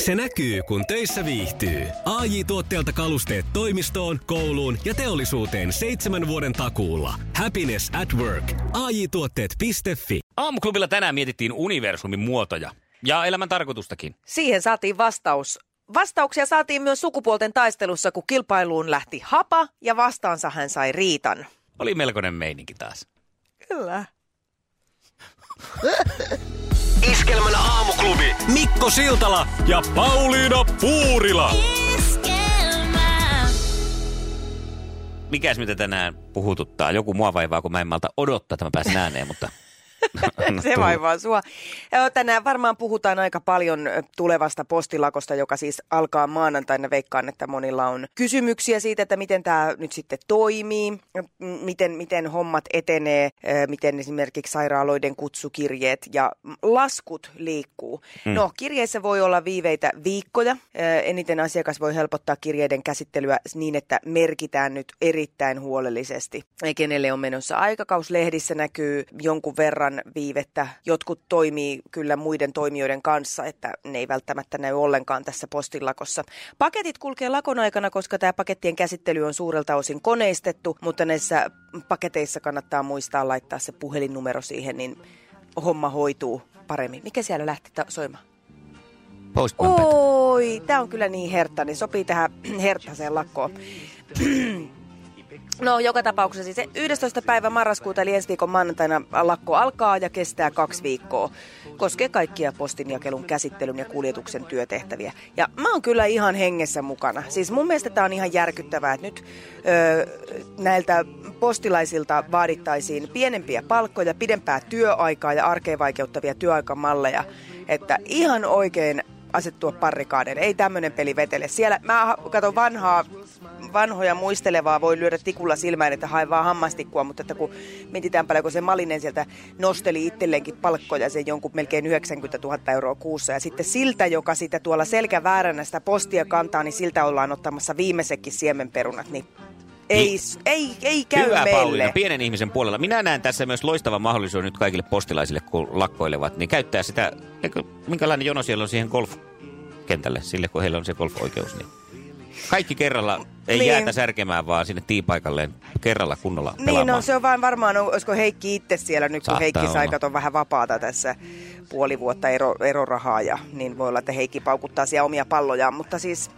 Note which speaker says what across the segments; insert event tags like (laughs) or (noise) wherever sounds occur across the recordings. Speaker 1: Se näkyy, kun töissä viihtyy. ai tuotteelta kalusteet toimistoon, kouluun ja teollisuuteen seitsemän vuoden takuulla. Happiness at work. ai tuotteetfi
Speaker 2: Aamuklubilla tänään mietittiin universumin muotoja ja elämän tarkoitustakin.
Speaker 3: Siihen saatiin vastaus. Vastauksia saatiin myös sukupuolten taistelussa, kun kilpailuun lähti Hapa ja vastaansa hän sai Riitan.
Speaker 2: Oli melkoinen meininki taas.
Speaker 3: Kyllä.
Speaker 1: Iskelmän aamuklubi. Mikko Siltala ja Pauliina Puurila.
Speaker 2: Mikäs mitä tänään puhututtaa? Joku mua vaivaa, kun mä en malta odottaa, että mä pääsen ääneen, mutta... Anna
Speaker 3: Se
Speaker 2: tulla.
Speaker 3: vaivaa sua. Ö, Tänään varmaan puhutaan aika paljon ö, tulevasta postilakosta, joka siis alkaa maanantaina. Veikkaan, että monilla on kysymyksiä siitä, että miten tämä nyt sitten toimii, m- miten, miten hommat etenee, ö, miten esimerkiksi sairaaloiden kutsukirjeet ja mm, laskut liikkuu. Mm. No, kirjeissä voi olla viiveitä viikkoja. Ö, Eniten asiakas voi helpottaa kirjeiden käsittelyä niin, että merkitään nyt erittäin huolellisesti, kenelle on menossa aikakauslehdissä näkyy jonkun verran viivettä. Jotkut toimii kyllä muiden toimijoiden kanssa, että ne ei välttämättä näy ollenkaan tässä postilakossa. Paketit kulkee lakon aikana, koska tämä pakettien käsittely on suurelta osin koneistettu, mutta näissä paketeissa kannattaa muistaa laittaa se puhelinnumero siihen, niin homma hoituu paremmin. Mikä siellä lähti ta- soimaan?
Speaker 2: Postman Pet.
Speaker 3: Oi, tämä on kyllä niin hertta, niin sopii tähän (clears throat) herttaseen lakkoon. No joka tapauksessa siis se 11. päivä marraskuuta eli ensi viikon maanantaina lakko alkaa ja kestää kaksi viikkoa. Koskee kaikkia postinjakelun käsittelyn ja kuljetuksen työtehtäviä. Ja mä oon kyllä ihan hengessä mukana. Siis mun mielestä tää on ihan järkyttävää, että nyt ö, näiltä postilaisilta vaadittaisiin pienempiä palkkoja, pidempää työaikaa ja arkeen vaikeuttavia työaikamalleja. Että ihan oikein asettua parrikaadeille. Ei tämmöinen peli vetele. Siellä, mä ha- katon vanhaa, vanhoja muistelevaa, voi lyödä tikulla silmään, että hae vaan hammastikkua, mutta että kun mietitään paljonko se Malinen sieltä nosteli itselleenkin palkkoja, sen jonkun melkein 90 000 euroa kuussa. Ja sitten siltä, joka sitä tuolla selkävääränä sitä postia kantaa, niin siltä ollaan ottamassa viimeisetkin siemenperunat. Niin ei, s- ei, ei käy
Speaker 2: Hyvä
Speaker 3: meille.
Speaker 2: Pauliina, pienen ihmisen puolella. Minä näen tässä myös loistavan mahdollisuuden nyt kaikille postilaisille, kun lakkoilevat, niin käyttää sitä, eikö, minkälainen jono siellä on siihen golfkentälle, sille kun heillä on se golfoikeus, niin kaikki kerralla, ei
Speaker 3: Niin.
Speaker 2: niin. jäätä särkemään, vaan sinne tiipaikalleen kerralla kunnolla pelaamaan.
Speaker 3: Niin, no se on vaan varmaan, on- olisiko Heikki itse siellä nyt, kun
Speaker 2: Saattaa
Speaker 3: Heikki sai
Speaker 2: olla.
Speaker 3: katon vähän vapaata tässä puoli vuotta ero, erorahaa, ja niin voi olla, että Heikki paukuttaa siellä omia pallojaan, mutta siis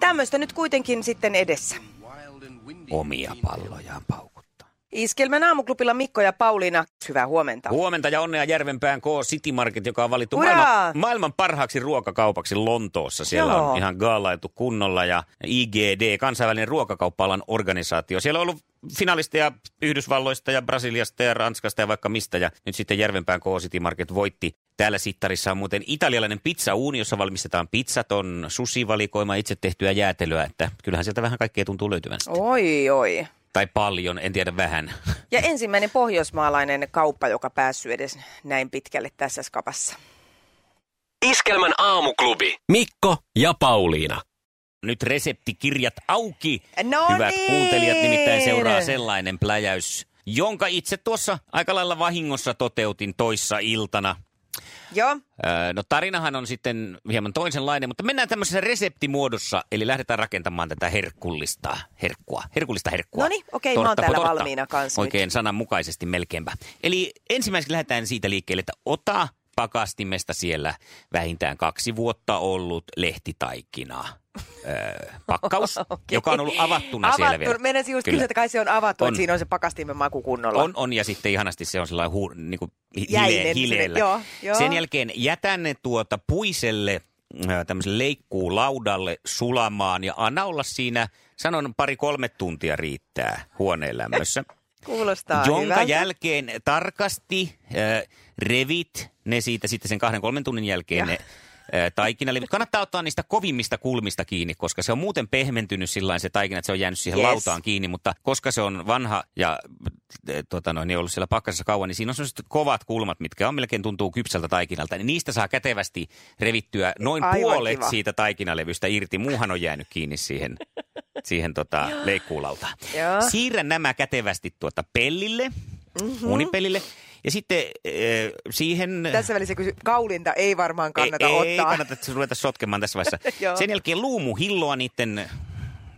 Speaker 3: tämmöistä nyt kuitenkin sitten edessä.
Speaker 2: Omia pallojaan paukuttaa.
Speaker 3: Iskelmän aamuklubilla Mikko ja Pauliina, hyvää huomenta.
Speaker 2: Huomenta ja onnea Järvenpään K City Market, joka on valittu
Speaker 3: Hurraa!
Speaker 2: maailman, maailman parhaaksi ruokakaupaksi Lontoossa. Siellä
Speaker 3: Joo.
Speaker 2: on ihan gaalailtu kunnolla ja IGD, kansainvälinen ruokakauppa-alan organisaatio. Siellä on ollut finalisteja Yhdysvalloista ja Brasiliasta ja Ranskasta ja vaikka mistä. Ja nyt sitten Järvenpään K City Market voitti. Täällä sittarissa on muuten italialainen pizzauuni, jossa valmistetaan pizzat, on susivalikoima itse tehtyä jäätelöä. Että kyllähän sieltä vähän kaikkea tuntuu löytyvän. sitten.
Speaker 3: Oi, oi.
Speaker 2: Tai paljon, en tiedä vähän.
Speaker 3: Ja ensimmäinen pohjoismaalainen kauppa, joka päässyt edes näin pitkälle tässä skapassa.
Speaker 1: Iskelmän aamuklubi. Mikko ja Pauliina.
Speaker 2: Nyt reseptikirjat auki.
Speaker 3: No
Speaker 2: Hyvät
Speaker 3: niin.
Speaker 2: kuuntelijat, nimittäin seuraa sellainen pläjäys, jonka itse tuossa aika lailla vahingossa toteutin toissa iltana.
Speaker 3: Joo,
Speaker 2: Öö, No tarinahan on sitten hieman toisenlainen, mutta mennään tämmöisessä reseptimuodossa, eli lähdetään rakentamaan tätä herkullista herkkua. Herkullista herkkua.
Speaker 3: Noniin, No niin, okei, mä oon
Speaker 2: Tortta
Speaker 3: täällä
Speaker 2: potortta.
Speaker 3: valmiina kans nyt.
Speaker 2: Oikein sananmukaisesti melkeinpä. Eli ensimmäiseksi lähdetään siitä liikkeelle, että ota pakastimesta siellä vähintään kaksi vuotta ollut lehtitaikina. Öö,
Speaker 3: (laughs)
Speaker 2: pakkaus, joka on ollut avattuna siellä vielä.
Speaker 3: Meidän just kyllä. että kai se on avattu, että
Speaker 2: On.
Speaker 3: siinä on se pakastimen maku kunnolla.
Speaker 2: On, on, ja sitten ihanasti se on sellainen hu, niin kuin
Speaker 3: Jäinen
Speaker 2: hile, hileellä.
Speaker 3: sinne, joo, joo.
Speaker 2: Sen jälkeen jätän ne tuota puiselle äh, tämmöiselle leikkuulaudalle sulamaan ja anna olla siinä, sanon pari-kolme tuntia riittää huoneen lämmössä.
Speaker 3: Kuulostaa
Speaker 2: jonka
Speaker 3: hyvältä.
Speaker 2: jälkeen tarkasti äh, revit ne siitä sitten sen kahden kolmen tunnin jälkeen
Speaker 3: Ja.
Speaker 2: ne äh, taikinalivit. Kannattaa ottaa niistä kovimmista kulmista kiinni, koska se on muuten pehmentynyt sillä lailla se taikina, että se on jäänyt siihen
Speaker 3: Yes.
Speaker 2: lautaan kiinni, mutta koska se on vanha ja äh, tota noin, niin ollut siellä pakkasessa kauan, niin siinä on sellaiset kovat kulmat, mitkä on melkein tuntuu kypsältä taikinalta, niin niistä saa kätevästi revittyä noin
Speaker 3: Aivan
Speaker 2: puolet
Speaker 3: kiva.
Speaker 2: siitä taikinalevystä irti. Muuhan on jäänyt kiinni
Speaker 3: (laughs)
Speaker 2: siihen, siihen tota, leikkuulautaan.
Speaker 3: Joo.
Speaker 2: Siirrä nämä kätevästi tuota pellille
Speaker 3: Mhm.
Speaker 2: mm-hmm. unipelille. Ja sitten äh, siihen...
Speaker 3: (laughs) Tässä välissä kysy, kaulinta ei varmaan kannata
Speaker 2: ei,
Speaker 3: ottaa.
Speaker 2: Ei kannata että ruveta sotkemaan tässä vaiheessa.
Speaker 3: (laughs) Joo.
Speaker 2: Sen jälkeen luumuhilloa niiden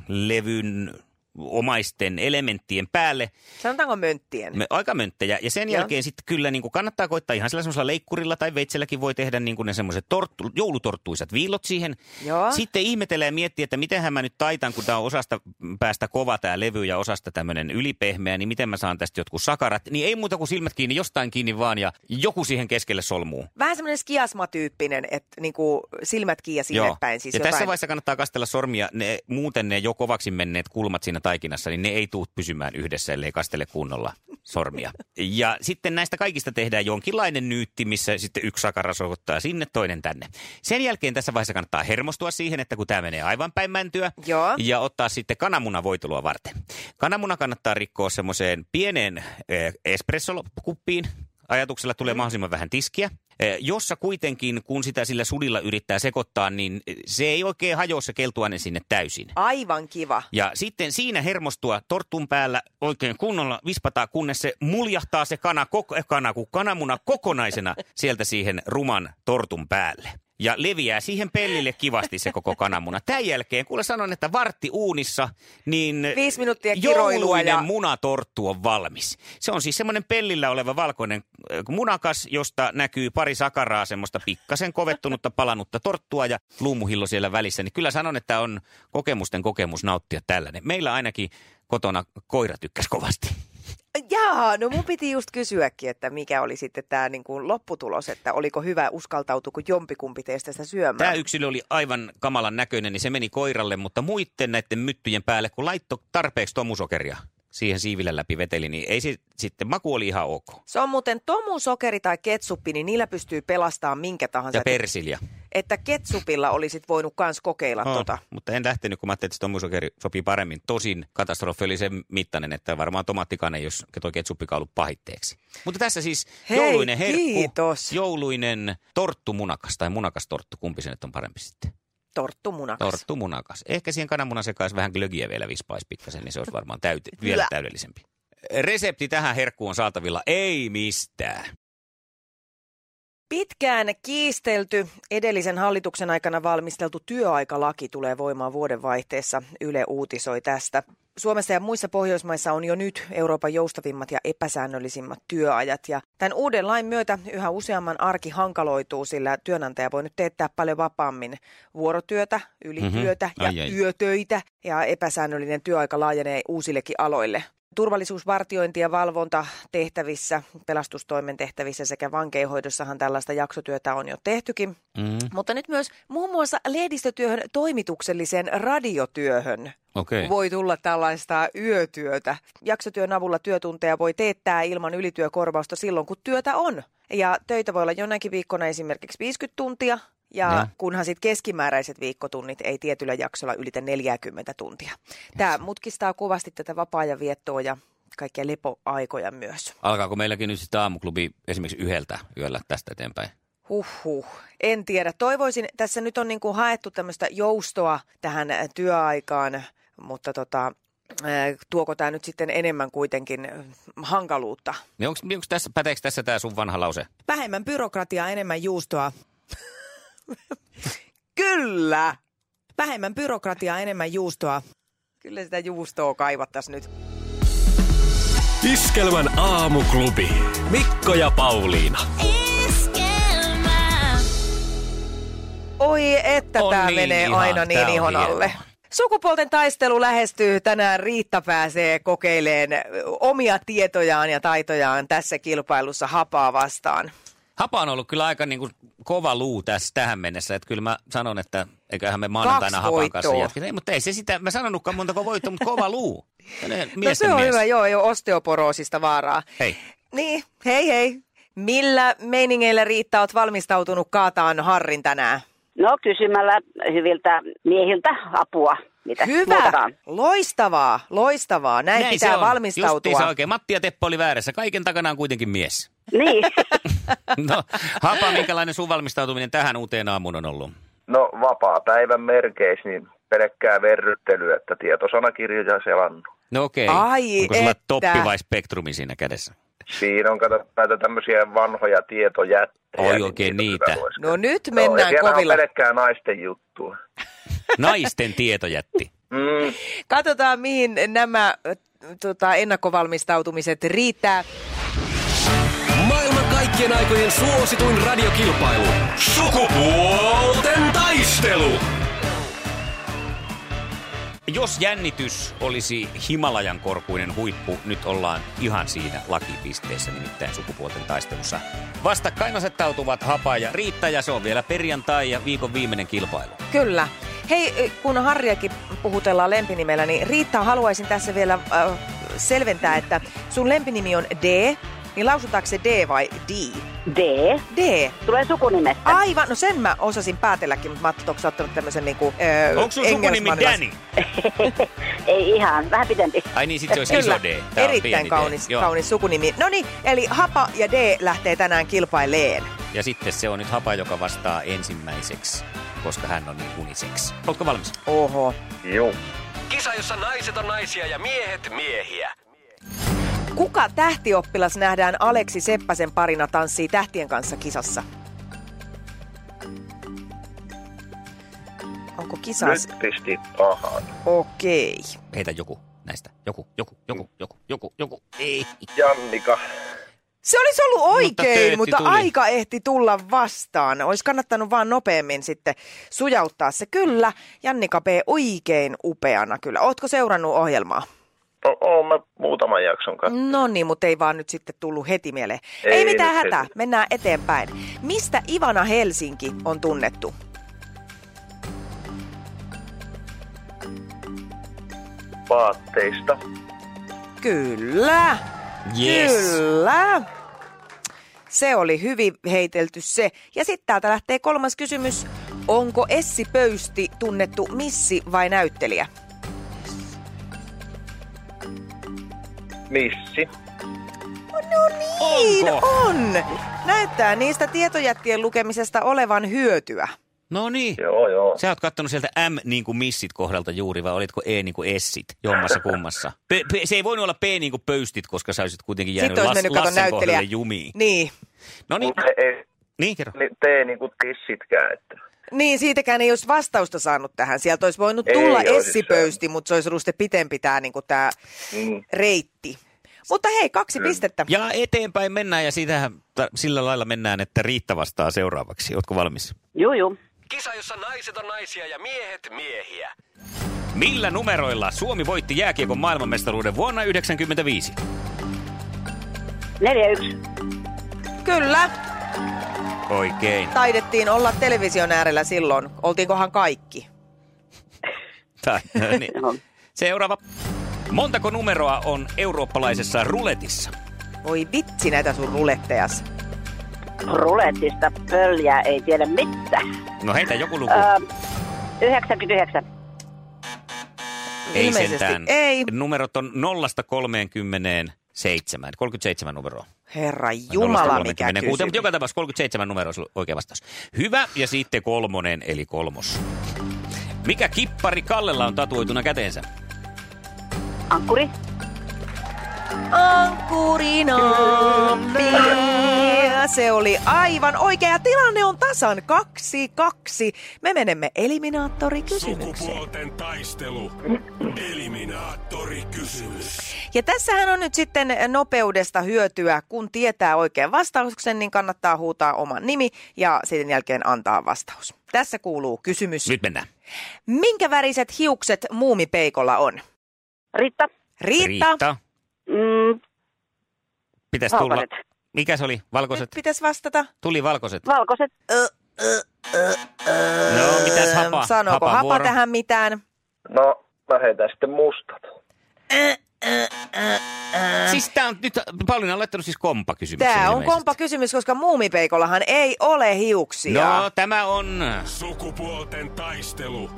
Speaker 2: levyn omaisten elementtien päälle.
Speaker 3: Sanotaanko mönttien?
Speaker 2: Me- Aika mönttejä. Ja sen
Speaker 3: Joo.
Speaker 2: jälkeen sitten kyllä niin kuin kannattaa koittaa ihan sillä semmoisella leikkurilla tai veitselläkin voi tehdä niin kuin ne semmoiset torttu, joulutorttuisat viillot siihen.
Speaker 3: Joo.
Speaker 2: Sitten ihmettelee ja miettii, että mitenhän mä nyt taitan, kun tämä on osasta päästä kova tämä levy ja osasta tämmöinen ylipehmeä, niin miten mä saan tästä jotkut sakarat. Niin ei muuta kuin silmät kiinni, jostain kiinni vaan ja joku siihen keskelle solmuu.
Speaker 3: Vähän semmoinen skiasmatyyppinen, että niinku silmät kiinni ja sinne päin. Siis
Speaker 2: ja
Speaker 3: jotain.
Speaker 2: tässä vaiheessa kannattaa kastella sormia. Ne, muuten ne jo kovaksi menneet kulmat siinä taikinassa, niin ne ei tuu pysymään yhdessä, ellei kastele kunnolla
Speaker 3: (laughs)
Speaker 2: sormia. Ja sitten näistä kaikista tehdään jonkinlainen nyytti, missä sitten yksi sakara sohottaa sinne, toinen tänne. Sen jälkeen tässä vaiheessa kannattaa hermostua siihen, että kun tämä menee aivan päin mäntyä,
Speaker 3: Joo.
Speaker 2: ja ottaa sitten kananmunavoitelua varten. Kananmuna kannattaa rikkoa semmoiseen pieneen eh, espressokuppiin. Ajatuksella tulee mahdollisimman vähän tiskiä, eh, jossa kuitenkin, kun sitä sillä sudilla yrittää sekoittaa, niin eh, se ei oikein hajoa se keltuainen sinne täysin.
Speaker 3: Aivan kiva.
Speaker 2: Ja sitten siinä hermostua tortun päällä oikein kunnolla vispataan, kunnes se muljahtaa se kana, koko, eh, kana kun kananmuna kokonaisena sieltä siihen ruman tortun päälle. Ja leviää siihen pellille kivasti se koko kananmuna. Tämän jälkeen, kuule sanon, että vartti uunissa, niin
Speaker 3: Viisi minuuttia kiroilua
Speaker 2: jouluinen
Speaker 3: ja-
Speaker 2: munatorttu on valmis. Se on siis semmoinen pellillä oleva valkoinen äh, munakas, josta näkyy pari sakaraa semmoista pikkasen kovettunutta palanutta torttua ja luumuhillo siellä välissä. Niin kyllä sanon, että on kokemusten kokemus nauttia tällainen. Meillä ainakin kotona koira tykkäsi kovasti.
Speaker 3: Jaa, no mun piti just kysyäkin, että mikä oli sitten tämä niinku lopputulos, että oliko hyvä, uskaltautuiko jompikumpi teistä sitä syömään.
Speaker 2: Tämä yksilö oli aivan kamalan näköinen, niin se meni koiralle, mutta muiden näiden myttyjen päälle, kun laittoi tarpeeksi tomusokeria siihen siivillä läpi veteli, niin ei se, sitten maku oli ihan ok.
Speaker 3: Se on muuten tomu, sokeri tai ketsuppi, niin niillä pystyy pelastamaan minkä tahansa.
Speaker 2: Ja persilja.
Speaker 3: että ketsupilla olisit voinut kans kokeilla
Speaker 2: Joo,
Speaker 3: tota.
Speaker 2: Mutta en lähtenyt, kun mä ajattelin, että se tomusokeri sopii paremmin. Tosin katastrofi oli sen mittainen, että varmaan tomaattikaan ei jos toi ketsuppikaan ollut pahitteeksi. Mutta tässä siis
Speaker 3: Hei,
Speaker 2: jouluinen herkku,
Speaker 3: kiitos.
Speaker 2: jouluinen torttumunakas tai munakas torttu, kumpi se nyt on parempi sitten?
Speaker 3: Torttumunakas.
Speaker 2: Torttumunakas. Ehkä siihen kananmunan sekais vähän glögiä vielä vispaisi pikkasen, niin se olisi varmaan täyte, vielä
Speaker 3: Hyvä.
Speaker 2: täydellisempi. Resepti tähän herkkuun on saatavilla ei mistään.
Speaker 3: Pitkään kiistelty edellisen hallituksen aikana valmisteltu työaikalaki tulee voimaan vuoden vaihteessa. Yle uutisoi tästä. Suomessa ja muissa Pohjoismaissa on jo nyt Euroopan joustavimmat ja epäsäännöllisimmät työajat. Ja tämän uuden lain myötä yhä useamman arki hankaloituu, sillä työnantaja voi nyt teettää paljon vapaammin vuorotyötä, ylityötä
Speaker 2: Mhm.
Speaker 3: mm-hmm.
Speaker 2: Ai,
Speaker 3: ja
Speaker 2: ai.
Speaker 3: yötöitä. Ja epäsäännöllinen työaika laajenee uusillekin aloille. Turvallisuusvartiointi ja valvonta tehtävissä, pelastustoimen tehtävissä sekä vankeinhoidossahan tällaista jaksotyötä on jo tehtykin.
Speaker 2: Mm,
Speaker 3: Mutta nyt myös muun muassa lehdistötyöhön toimitukselliseen radiotyöhön
Speaker 2: Okei.
Speaker 3: voi tulla tällaista yötyötä. Jaksotyön avulla työtunteja voi teettää ilman ylityökorvausta silloin, kun työtä on. Ja töitä voi olla jonakin viikkona esimerkiksi 50 tuntia, ja,
Speaker 2: Ja.
Speaker 3: ja. kunhan sitten keskimääräiset viikkotunnit ei tietyllä jaksolla ylitä 40 tuntia. Tämä mutkistaa kovasti tätä vapaa-ajan viettoa ja kaikkia lepoaikoja myös.
Speaker 2: Alkaako meilläkin nyt sitä aamuklubi esimerkiksi yhdeltä yöllä tästä eteenpäin?
Speaker 3: Huhhuh, en tiedä. Toivoisin, tässä nyt on niin kuin haettu tämmöistä joustoa tähän äh, työaikaan, mutta tota, äh, tuoko tämä nyt sitten enemmän kuitenkin äh, hankaluutta?
Speaker 2: Niin onks, onks tässä, päteekö tässä tämä sun vanha lause?
Speaker 4: Vähemmän byrokratiaa, enemmän juustoa.
Speaker 3: (laughs) Kyllä!
Speaker 4: Vähemmän byrokratiaa, enemmän juustoa.
Speaker 3: Kyllä sitä juustoa kaivattaisiin nyt.
Speaker 1: Iskelmän aamuklubi. Mikko ja Pauliina.
Speaker 5: Esquema,
Speaker 3: Oi, että
Speaker 2: On
Speaker 3: tämä
Speaker 2: niin
Speaker 3: menee
Speaker 2: ihana,
Speaker 3: aina niin
Speaker 2: tää on
Speaker 3: ihon
Speaker 2: hienoa.
Speaker 3: alle. Sukupuolten taistelu lähestyy. Tänään Riitta pääsee kokeileen ö, omia tietojaan ja taitojaan tässä kilpailussa hapaa vastaan. No
Speaker 2: Hapa on ollut kyllä aika niin kuin kova luu tässä tähän mennessä. Että kyllä mä sanon, että eiköhän me maanantaina
Speaker 3: Kaksi
Speaker 2: hapan kanssa
Speaker 3: voittoa.
Speaker 2: jatketa. Ei, mutta ei se sitä, mä sanonutkaan montako voittoa, mutta
Speaker 3: (laughs)
Speaker 2: kova luu. Tällainen
Speaker 3: No
Speaker 2: miesten
Speaker 3: se on
Speaker 2: mies.
Speaker 3: hyvä, joo, ei ole osteoporoosista vaaraa.
Speaker 2: Hei.
Speaker 3: Niin, hei hei. Millä meiningeillä Riitta oot valmistautunut kaataan Harrin tänään?
Speaker 6: No kysymällä hyviltä miehiltä apua. Mitä
Speaker 3: Hyvä,
Speaker 6: muutakaan.
Speaker 3: loistavaa, loistavaa. Näin,
Speaker 2: se
Speaker 3: pitää
Speaker 2: on.
Speaker 3: valmistautua.
Speaker 2: Justiinsa oikein. Matti ja Teppo oli väärässä. Kaiken takana on kuitenkin
Speaker 3: (laughs)
Speaker 2: mies.
Speaker 6: Niin,
Speaker 2: No, Hapa, minkälainen sun valmistautuminen tähän uuteen aamuun on ollut?
Speaker 7: No vapaa päivän merkeissä, niin pelkkää verryttelyä, että tietosanakirjoja selannut.
Speaker 2: No okei.
Speaker 3: Ai
Speaker 2: Onko sulla
Speaker 3: että.
Speaker 2: toppi vai spektrumi siinä kädessä?
Speaker 7: Siinä on kato näitä tämmöisiä vanhoja tietojättejä.
Speaker 2: Oi,
Speaker 7: niin
Speaker 2: oikein
Speaker 7: niitä
Speaker 2: niitä.
Speaker 7: on hyvä
Speaker 3: No nyt
Speaker 7: lueskella.
Speaker 3: mennään
Speaker 7: ja siellä
Speaker 3: kovilla.
Speaker 7: on pelkkää naisten juttua.
Speaker 2: Naisten tietojätti.
Speaker 7: Mm,
Speaker 3: Katsotaan, mihin nämä ö, tota, ennakkovalmistautumiset riittää.
Speaker 1: Maailman kaikkien aikojen suosituin radiokilpailu. Sukupuolten taistelu.
Speaker 2: Jos jännitys olisi Himalajan korkuinen huippu, nyt ollaan ihan siinä lakipisteessä, nimittäin sukupuolten taistelussa. Vastakkain asettautuvat Hapa ja Riitta, ja se on vielä perjantai ja viikon viimeinen kilpailu.
Speaker 3: Kyllä. Hei, e, kun Harriakin puhutellaan lempinimellä, niin Riitta, haluaisin tässä vielä äh, selventää, että sun lempinimi on D, niin lausutaanko se D vai D?
Speaker 6: D.
Speaker 3: D.
Speaker 6: Tulee sukunimestä.
Speaker 3: Aivan, no sen mä osasin päätelläkin, mutta Matti, onko sä ottanut tämmöisen niinku, öö,
Speaker 2: Onko sun sukunimi Danny?
Speaker 6: Ei ihan, vähän pitempi.
Speaker 2: Ai niin, sit se olisi
Speaker 3: Kyllä,
Speaker 2: iso D. Tää on pieni
Speaker 3: erittäin
Speaker 2: D.
Speaker 3: kaunis,
Speaker 2: Joo.
Speaker 3: kaunis sukunimi. No niin, eli Hapa ja D lähtee tänään kilpaileen.
Speaker 2: Ja sitten se on nyt Hapa, joka vastaa ensimmäiseksi, koska hän on niin uniseksi. Oletko valmis?
Speaker 3: Oho.
Speaker 7: juu.
Speaker 1: Kisa, jossa naiset on naisia ja miehet miehiä.
Speaker 3: Kuka tähtioppilas nähdään Aleksi Seppäsen parina tanssii tähtien kanssa kisassa? Onko kisas?
Speaker 7: Nyt pisti pahaan.
Speaker 3: Okei.
Speaker 2: Heitä joku näistä. Joku, joku, joku, joku, joku, joku. Ei.
Speaker 7: Jannika.
Speaker 3: Se olisi ollut
Speaker 2: teetti
Speaker 3: oikein, mutta,
Speaker 2: tuli.
Speaker 3: aika ehti tulla vastaan. Olisi kannattanut vaan nopeammin sitten sujauttaa se. Kyllä, Jannika B. oikein upeana kyllä. Ootko seurannut ohjelmaa?
Speaker 7: O- oon mä muutaman jakson kanssa.
Speaker 3: No niin, mutta ei vaan nyt sitten tullut heti mieleen. Ei,
Speaker 7: Ei
Speaker 3: ei mitään
Speaker 7: nyt
Speaker 3: hätää,
Speaker 7: heti.
Speaker 3: mennään eteenpäin. Mistä Ivana Helsinki on tunnettu? Mm.
Speaker 7: Vaatteista.
Speaker 3: Kyllä,
Speaker 2: Yes.
Speaker 3: kyllä. Se oli hyvin heitelty se. Ja sitten täältä lähtee kolmas kysymys. Onko Essi Pöysti tunnettu missi vai näyttelijä?
Speaker 7: Missi.
Speaker 3: Niin
Speaker 2: Onko?
Speaker 3: on! Näyttää niistä tietojättien lukemisesta olevan hyötyä.
Speaker 2: No niin.
Speaker 7: Joo, joo.
Speaker 2: Sä oot kattonut sieltä M niin kuin missit kohdalta juuri, vai olitko E niin kuin essit jommassa kummassa? P- p- se ei voinut olla P niin kuin pöystit, koska sä olisit kuitenkin jäänyt
Speaker 3: Sitten olisi
Speaker 2: Las-
Speaker 3: mennyt kato
Speaker 2: Lassen
Speaker 3: näyttelijä.
Speaker 2: kohdalle jumiin.
Speaker 3: Niin.
Speaker 2: No niin,
Speaker 7: Mut he ei
Speaker 2: niin kerro.
Speaker 7: ni- tee niinku tissitkään. Että.
Speaker 3: Niin, siitäkään ei olisi vastausta saanut tähän. Sieltä olisi voinut
Speaker 7: Ei
Speaker 3: tulla
Speaker 7: olisi
Speaker 3: essipöysti, mutta se olisi ollut sitten pitempi tämä niin tää
Speaker 7: Mm.
Speaker 3: reitti. Mutta hei, kaksi pistettä.
Speaker 2: Ja eteenpäin mennään ja sitähän, ta- sillä lailla mennään, että Riitta vastaa seuraavaksi. Ootko valmis?
Speaker 6: Juu, juu.
Speaker 1: Kisa, jossa naiset on naisia ja miehet miehiä.
Speaker 2: Millä numeroilla Suomi voitti jääkiekon maailmanmestaruuden vuonna 1995?
Speaker 6: 4-1.
Speaker 3: Kyllä,
Speaker 2: Oikein. (laughs)
Speaker 3: taidettiin olla television äärellä silloin. Oltiinkohan kaikki?
Speaker 2: Tai- niin.
Speaker 6: Joo.
Speaker 2: Seuraava. Montako numeroa on eurooppalaisessa ruletissa?
Speaker 3: Voi vitsi näitä sun rulettejas.
Speaker 6: Ruletista pöljää ei tiedä mitään.
Speaker 2: No heitä joku luku.
Speaker 6: Ö, 99.
Speaker 2: Ei
Speaker 3: Ilmeisesti
Speaker 2: sentään.
Speaker 3: ei.
Speaker 2: Numerot on 0 37. 37 numeroa.
Speaker 3: Herra Jumala, mikä
Speaker 2: 0-36,
Speaker 3: kysymys.
Speaker 2: Mutta joka tapauksessa 37 numero olisi oikea vastaus. Hyvä, ja sitten kolmonen, eli kolmos. Mikä kippari Kallella on tatuoituna käteensä?
Speaker 6: Ankkuri.
Speaker 3: Ankkurina. Ja Se oli aivan oikea. Tilanne on tasan kaksi kaksi. Me menemme eliminaattorikysymykseen.
Speaker 1: Sukupuolten taistelu. Eliminaattori kysymys.
Speaker 3: Ja tässähän on nyt sitten nopeudesta hyötyä. Kun tietää oikean vastauksen, niin kannattaa huutaa oman nimi ja sen jälkeen antaa vastaus. Tässä kuuluu kysymys.
Speaker 2: Nyt mennään.
Speaker 3: Minkä väriset hiukset muumipeikolla on?
Speaker 6: Riitta.
Speaker 3: Riitta.
Speaker 6: Mm,
Speaker 2: Pitäisi tulla.
Speaker 6: valkoiset.
Speaker 2: Mikä se oli?
Speaker 3: Nyt
Speaker 2: Valkoiset?
Speaker 3: pitäisi vastata.
Speaker 2: Tuli valkoiset.
Speaker 6: Valkoiset.
Speaker 2: No, mitäs hapa?
Speaker 3: Öö, Sanooko hapa,
Speaker 2: Hapavuoro?
Speaker 3: tähän mitään?
Speaker 7: No, mä heitän sitten mustat.
Speaker 2: Siis tää on nyt, Pauliina on laittanut siis kompakysymyksen
Speaker 3: Tämä on
Speaker 2: ilmeisesti.
Speaker 3: kompa kysymys, koska muumipeikollahan ei ole hiuksia.
Speaker 2: No, tämä on...
Speaker 1: Sukupuolten taistelu.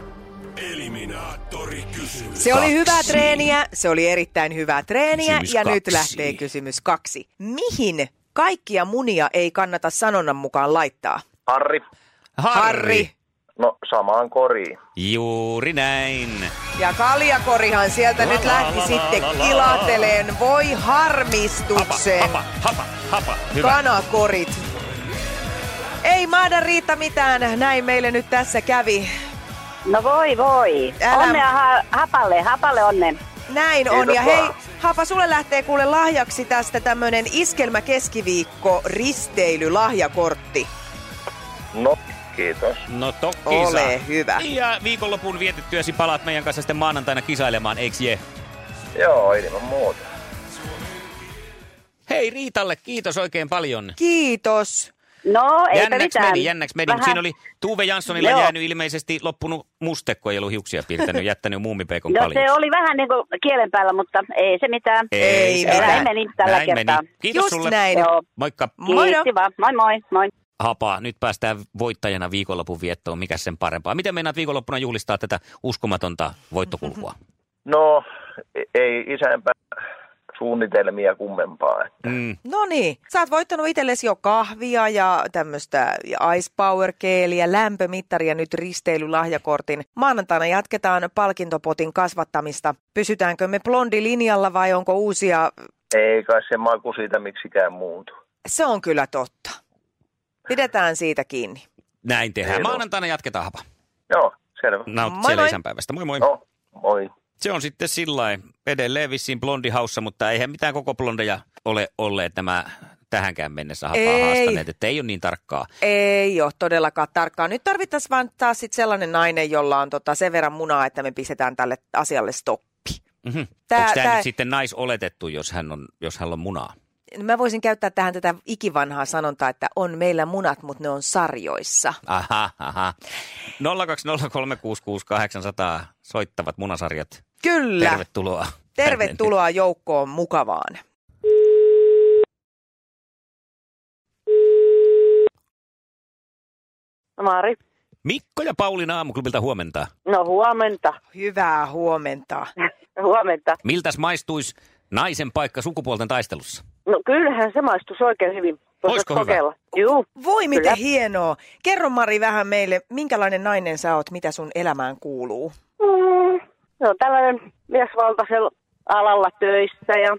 Speaker 1: Eliminaattori kysymys.
Speaker 3: Se oli hyvää
Speaker 2: Kaksi.
Speaker 3: treeniä, se oli erittäin hyvää treeniä
Speaker 2: Kysymys
Speaker 3: ja nyt
Speaker 2: kaksi.
Speaker 3: lähtee kysymys kaksi. Mihin kaikkia munia ei kannata sanonnan mukaan laittaa?
Speaker 7: Harri.
Speaker 3: Harri.
Speaker 7: No samaan koriin.
Speaker 2: Juuri näin.
Speaker 3: Ja kaljakorihan sieltä
Speaker 2: La,
Speaker 3: nyt
Speaker 2: la,
Speaker 3: lähti
Speaker 2: la, la,
Speaker 3: sitten
Speaker 2: la, la, la.
Speaker 3: kilateleen. Voi
Speaker 2: Hapa,
Speaker 3: harmistukseen.
Speaker 2: hapa, hapa, hapa. Hyvä.
Speaker 3: Kanakorit. Ei maada Riitta mitään, näin meille nyt tässä kävi.
Speaker 6: No voi voi.
Speaker 3: Älä-
Speaker 6: Onnea ha- hapalle, hapalle onne.
Speaker 3: Näin on.
Speaker 7: Kiitos
Speaker 3: Ja hei,
Speaker 7: vaan.
Speaker 3: Hapa, sulle lähtee kuule lahjaksi tästä tämmönen iskelmä keskiviikko risteily lahjakortti.
Speaker 7: No, kiitos.
Speaker 2: No toki Niin
Speaker 3: Ole hyvä.
Speaker 2: Ja viikonlopun vietettyäsi palaat meidän kanssa sitten maanantaina kisailemaan, eiks je?
Speaker 7: Joo, ilman muuta.
Speaker 2: Hei Riitalle, kiitos oikein paljon.
Speaker 3: Kiitos.
Speaker 6: No, ei
Speaker 2: Jännäks
Speaker 6: mitään.
Speaker 2: meni, jännäks meni. Vähän.
Speaker 6: Vähän-
Speaker 2: Siinä oli Tuve Janssonilla
Speaker 6: Joo.
Speaker 2: jäänyt ilmeisesti loppunut mustekko, ei ollut hiuksia piirtänyt, jättänyt
Speaker 6: (laughs)
Speaker 2: muumipeikon
Speaker 6: No
Speaker 2: paljon.
Speaker 6: se oli vähän niin kuin kielen päällä, mutta ei se mitään.
Speaker 3: Ei mitään.
Speaker 6: Näin meni tällä
Speaker 2: Näin
Speaker 6: kertaa.
Speaker 2: meni. Kiitos
Speaker 3: Just
Speaker 2: sulle.
Speaker 3: näin.
Speaker 6: Joo.
Speaker 2: Moikka.
Speaker 3: Moi.
Speaker 6: Kiitti vaan. Moi moi. Moi.
Speaker 2: Hapa, nyt päästään voittajana viikonlopun viettoon. Mikä sen parempaa? Miten meinaat viikonloppuna juhlistaa tätä uskomatonta voittokulkua?
Speaker 7: No, e- ei isänpä suunnitelmia kummempaa.
Speaker 2: Mm.
Speaker 3: No niin, sä oot voittanut itsellesi jo kahvia ja tämmöistä ice power keeliä, lämpömittaria, nyt risteilylahjakortin. Maanantaina jatketaan palkintopotin kasvattamista. Pysytäänkö me blondilinjalla vai onko uusia?
Speaker 7: Ei kai se maku siitä miksikään muutu.
Speaker 3: Se on kyllä totta. Pidetään siitä kiinni.
Speaker 2: Näin tehdään.
Speaker 7: Ei ole.
Speaker 2: Maanantaina jatketaan, Hapa.
Speaker 7: Joo, selvä.
Speaker 2: Naut
Speaker 3: Moi
Speaker 2: siellä
Speaker 3: moi.
Speaker 2: isänpäivästä. Moi moi.
Speaker 7: No, moi.
Speaker 2: Se on sitten sillä lailla. edelleen vissiin blondihaussa, mutta eihän mitään koko blondeja ole olleet nämä tähänkään mennessä hapaa
Speaker 3: Ei.
Speaker 2: haastaneet, että ei ole niin tarkkaa.
Speaker 3: Ei ole todellakaan tarkkaa. Nyt tarvittaisiin vaan taas sit sellainen nainen, jolla on tota sen verran munaa, että me pistetään tälle asialle stoppi.
Speaker 2: Mhm.
Speaker 3: Tää-
Speaker 2: Onko tämä
Speaker 3: tää-
Speaker 2: nyt sitten naisoletettu, jos hän on, jos hän on munaa?
Speaker 3: Mä voisin käyttää tähän tätä ikivanhaa sanontaa, että on meillä munat, mutta ne on sarjoissa.
Speaker 2: Aha, aha. 020366800 soittavat munasarjat.
Speaker 3: Kyllä.
Speaker 2: Tervetuloa.
Speaker 3: Tervetuloa joukkoon mukavaan.
Speaker 6: Mari.
Speaker 2: Mikko ja Pauliina aamuklubilta huomenta.
Speaker 6: No huomenta.
Speaker 3: Hyvää huomenta.
Speaker 6: Huomenta.
Speaker 2: Miltäs maistuisi naisen paikka sukupuolten taistelussa?
Speaker 6: No kyllähän se maistuisi oikein hyvin.
Speaker 2: Olisiko hyvä? kokeilla.
Speaker 6: Juu.
Speaker 3: Voi mitä
Speaker 6: Kyllä.
Speaker 3: hienoa. Kerro Mari vähän meille, minkälainen nainen sä oot, mitä sun elämään kuuluu?
Speaker 6: Mm, no tällainen miesvaltaisella alalla töissä ja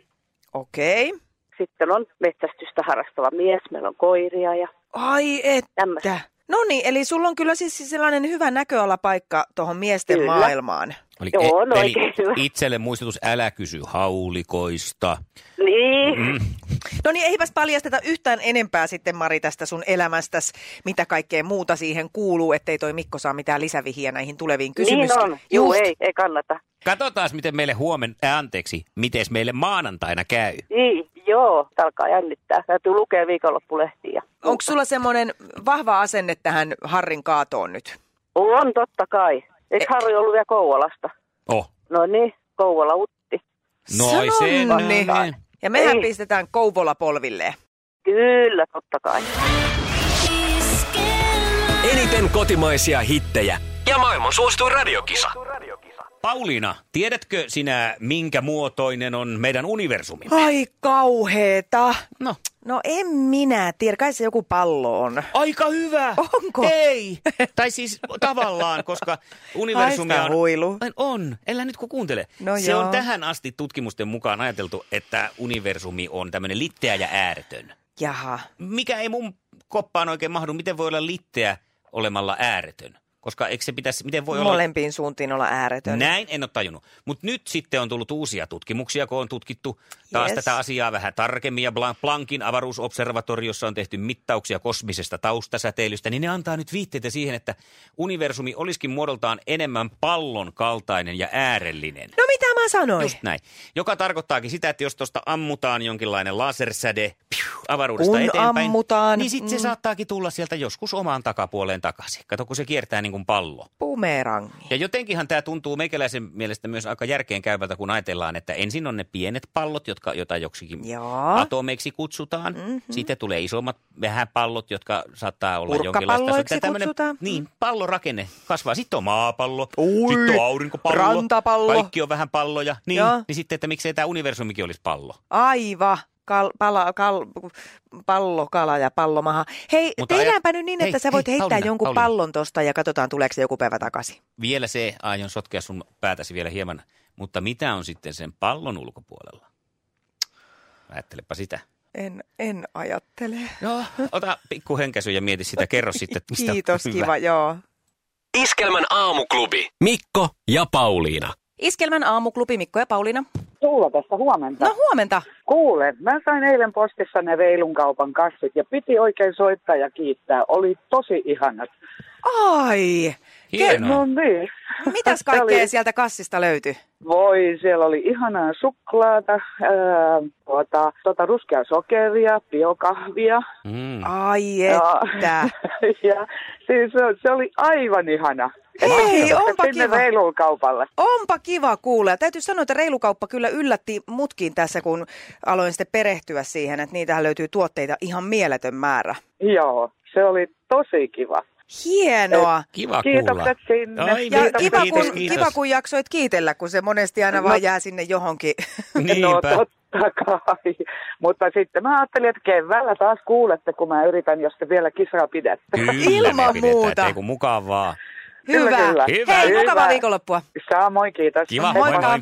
Speaker 3: Okei. Okay.
Speaker 6: sitten on metsästystä harrastava mies, meillä on koiria ja
Speaker 3: Ai että.
Speaker 6: Tämmöstä.
Speaker 3: No niin, eli sulla on kyllä siis sellainen hyvä näköalapaikka tuohon miesten
Speaker 6: Kyllä.
Speaker 3: maailmaan.
Speaker 2: Eli,
Speaker 6: Joo, no
Speaker 2: e- eli
Speaker 6: oikein hyvä.
Speaker 2: itselle muistutus, älä kysy haulikoista.
Speaker 6: niin, mm.
Speaker 3: No niin, eipäs paljasteta yhtään enempää sitten Mari tästä sun elämästästäs, mitä kaikkea muuta siihen kuuluu, ettei toi Mikko saa mitään lisävihiä näihin tuleviin
Speaker 6: niin
Speaker 3: kysymyksiin.
Speaker 6: on. Juu,
Speaker 3: Just.
Speaker 6: ei, ei kannata.
Speaker 2: Katsotaan, miten meille huomenna, äh, anteeksi, miten meille maanantaina käy.
Speaker 6: Niin, joo, tää alkaa jännittää. Täytyy lukea viikonloppulehtiä. ja
Speaker 3: Onko sulla semmoinen vahva asenne tähän Harrin kaatoon nyt?
Speaker 6: On totta kai. Eikö
Speaker 3: E-
Speaker 6: Harri ollut vielä Kouvolasta?
Speaker 2: Oh,
Speaker 6: No niin, Kouvola utti.
Speaker 2: noi se
Speaker 3: Sanonni.
Speaker 2: näin.
Speaker 3: Ja mehän
Speaker 6: Ei.
Speaker 3: pistetään Kouvola polvilleen.
Speaker 6: Kyllä, totta kai.
Speaker 1: Eniten kotimaisia hittejä ja maailman suosituin radiokisa.
Speaker 2: Pauliina, tiedätkö sinä, minkä muotoinen on meidän universumi?
Speaker 3: Ai kauheeta.
Speaker 2: No,
Speaker 3: No en minä tiedä, kai se joku pallo on.
Speaker 2: aika hyvä.
Speaker 3: Onko?
Speaker 2: Ei. Tai siis tavallaan, koska universumia
Speaker 3: Haista
Speaker 2: on...
Speaker 3: huilu.
Speaker 2: On. Elä nyt kun kuuntele.
Speaker 3: No
Speaker 2: Se on
Speaker 3: joo.
Speaker 2: tähän asti tutkimusten mukaan ajateltu, että universumi on tämmöinen litteä ja ääretön.
Speaker 3: Jaha.
Speaker 2: mikä ei mun koppaan oikein mahdu, miten voi olla litteä olemalla ääretön? Koska eikö se pitäisi, miten voi olla...
Speaker 3: Molempiin suuntiin olla ääretön.
Speaker 2: Näin, en ole tajunnut. Mutta nyt sitten on tullut uusia tutkimuksia, kun on tutkittu taas
Speaker 3: Yes.
Speaker 2: tätä asiaa vähän tarkemmin. Ja Blan- Planckin avaruusobservatoriossa on tehty mittauksia kosmisesta taustasäteilystä, niin ne antaa nyt viitteitä siihen, että universumi olisikin muodoltaan enemmän pallon kaltainen ja äärellinen.
Speaker 3: No mitä mä sanoin?
Speaker 2: Just näin. Joka tarkoittaakin sitä, että jos tuosta ammutaan jonkinlainen lasersäde piu, avaruudesta
Speaker 3: Kun
Speaker 2: eteenpäin,
Speaker 3: ammutaan,
Speaker 2: niin sitten se
Speaker 3: mm.
Speaker 2: saattaakin tulla sieltä joskus omaan takapuoleen takaisin. Kato, kun se kiertää niin kuin pallo.
Speaker 3: Pumerangi.
Speaker 2: Ja jotenkinhan tämä tuntuu meikäläisen mielestä myös aika järkeen käyvältä, kun ajatellaan, että ensin on ne pienet pallot, jotka, joita joksikin
Speaker 3: Joo.
Speaker 2: atomeiksi kutsutaan. Mm-hmm. Sitten tulee isommat vähän pallot, jotka saattaa olla
Speaker 3: Purkkapalloiksi
Speaker 2: jonkinlaista. tämmönen-
Speaker 3: kutsutaan.
Speaker 2: Niin, pallorakenne kasvaa. Sitten on maapallo,
Speaker 3: Ui,
Speaker 2: sitten on aurinkopallo.
Speaker 3: rantapallo.
Speaker 2: Kaikki on vähän palloja. Niin,
Speaker 3: Joo.
Speaker 2: niin sitten, että miksei tämä universumikin olisi pallo.
Speaker 3: Aiva. kal, pala, kal, pallokala ja pallomaha. Hei,
Speaker 2: Mutta
Speaker 3: tehdäänpä
Speaker 2: ajat-
Speaker 3: nyt niin,
Speaker 2: Hei,
Speaker 3: että sä
Speaker 2: hei,
Speaker 3: voit heittää
Speaker 2: Pauliina,
Speaker 3: jonkun
Speaker 2: Pauliina.
Speaker 3: pallon tosta ja katsotaan tuleeko se joku päivä takaisin.
Speaker 2: Vielä se, aion sotkea sun päätäsi vielä hieman, mutta mitä on sitten sen pallon ulkopuolella? Ajattelepa sitä.
Speaker 3: En, en ajattele.
Speaker 2: No, ota pikkuhenkäsy ja mieti sitä, kerro sitten. Mistä
Speaker 3: Kiitos,
Speaker 2: Hyvä.
Speaker 3: kiva, joo.
Speaker 1: Iskelmän aamuklubi. Mikko ja Pauliina.
Speaker 3: Iskelmän aamuklubi Mikko ja Pauliina.
Speaker 5: Tuula tässä huomenta.
Speaker 3: No huomenta.
Speaker 5: Kuule, mä sain eilen postissa ne reilun kaupan kassit ja piti oikein soittaa ja kiittää. Oli tosi ihanat.
Speaker 3: Ai,
Speaker 5: No
Speaker 2: Hienoa.
Speaker 5: niin.
Speaker 3: mitäs
Speaker 5: Se
Speaker 3: kaikkea
Speaker 5: oli-
Speaker 3: sieltä kassista löytyi?
Speaker 5: Voi, siellä oli ihanaa suklaata, ää, tuota, tuota ruskea sokeria, biokahvia.
Speaker 2: Mm.
Speaker 3: Ai
Speaker 5: Ja,
Speaker 3: että.
Speaker 5: ja, siis se, se oli aivan ihana.
Speaker 3: Hei,
Speaker 5: Että
Speaker 3: onpa
Speaker 5: Sinne
Speaker 3: kiva.
Speaker 5: reiluun kaupalle.
Speaker 3: Onpa kiva kuulla. Ja täytyy sanoa, että reilukauppa kyllä yllätti mutkin tässä, kun aloin sitten perehtyä siihen, että niitähän löytyy tuotteita ihan mieletön määrä.
Speaker 5: Joo, se oli tosi kiva.
Speaker 3: Hienoa.
Speaker 2: Kiva kuulla.
Speaker 5: Kiitokset sinne.
Speaker 2: Ai, niin,
Speaker 3: Ja
Speaker 2: kiitos,
Speaker 3: kiva,
Speaker 2: kiitos,
Speaker 3: kun,
Speaker 2: kiitos.
Speaker 3: kiva, kun jaksoit kiitellä, kun se monesti aina vaan jää sinne johonkin.
Speaker 5: No
Speaker 2: Niinpä.
Speaker 5: totta kai. Mutta sitten mä ajattelin, että keväällä taas kuulette, kun mä yritän, jos te vielä kisaa pidätte.
Speaker 2: Kyllä, me
Speaker 3: Ilman
Speaker 2: pidetään,
Speaker 3: muuta.
Speaker 2: Ei kun mukavaa.
Speaker 3: (laughs) Hyvä.
Speaker 5: kyllä.
Speaker 2: Hyvä.
Speaker 3: Hei, mukavaa
Speaker 5: Hyvä.
Speaker 3: viikonloppua.
Speaker 5: Samoin, kiitos.
Speaker 2: Kiva,
Speaker 3: Moikka.
Speaker 2: moi moi.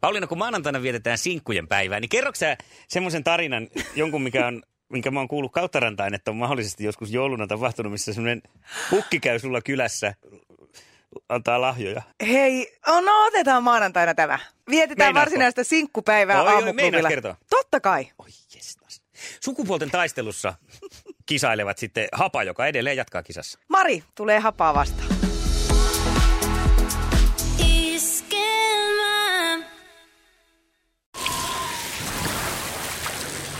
Speaker 2: Pauliina, kun maanantaina vietetään sinkkujen päivää, niin kerroksä sä semmoisen tarinan, jonkun mikä on, minkä mä oon kuullut kauttarantain, että on mahdollisesti joskus jouluna tapahtunut, missä semmoinen hukki käy sulla kylässä, antaa lahjoja.
Speaker 3: Hei, oh, no otetaan maanantaina tämä. Vietetään
Speaker 2: Meinaatko?
Speaker 3: varsinaista sinkkupäivää
Speaker 2: Oi, oi,
Speaker 3: aamuklubilla.
Speaker 2: meinaat kertoa?
Speaker 3: Totta kai.
Speaker 2: Oi jestas. Sukupuolten taistelussa kisailevat sitten Hapa, joka edelleen jatkaa kisassa.
Speaker 3: Mari tulee hapaa vastaan.
Speaker 8: Iskelmä.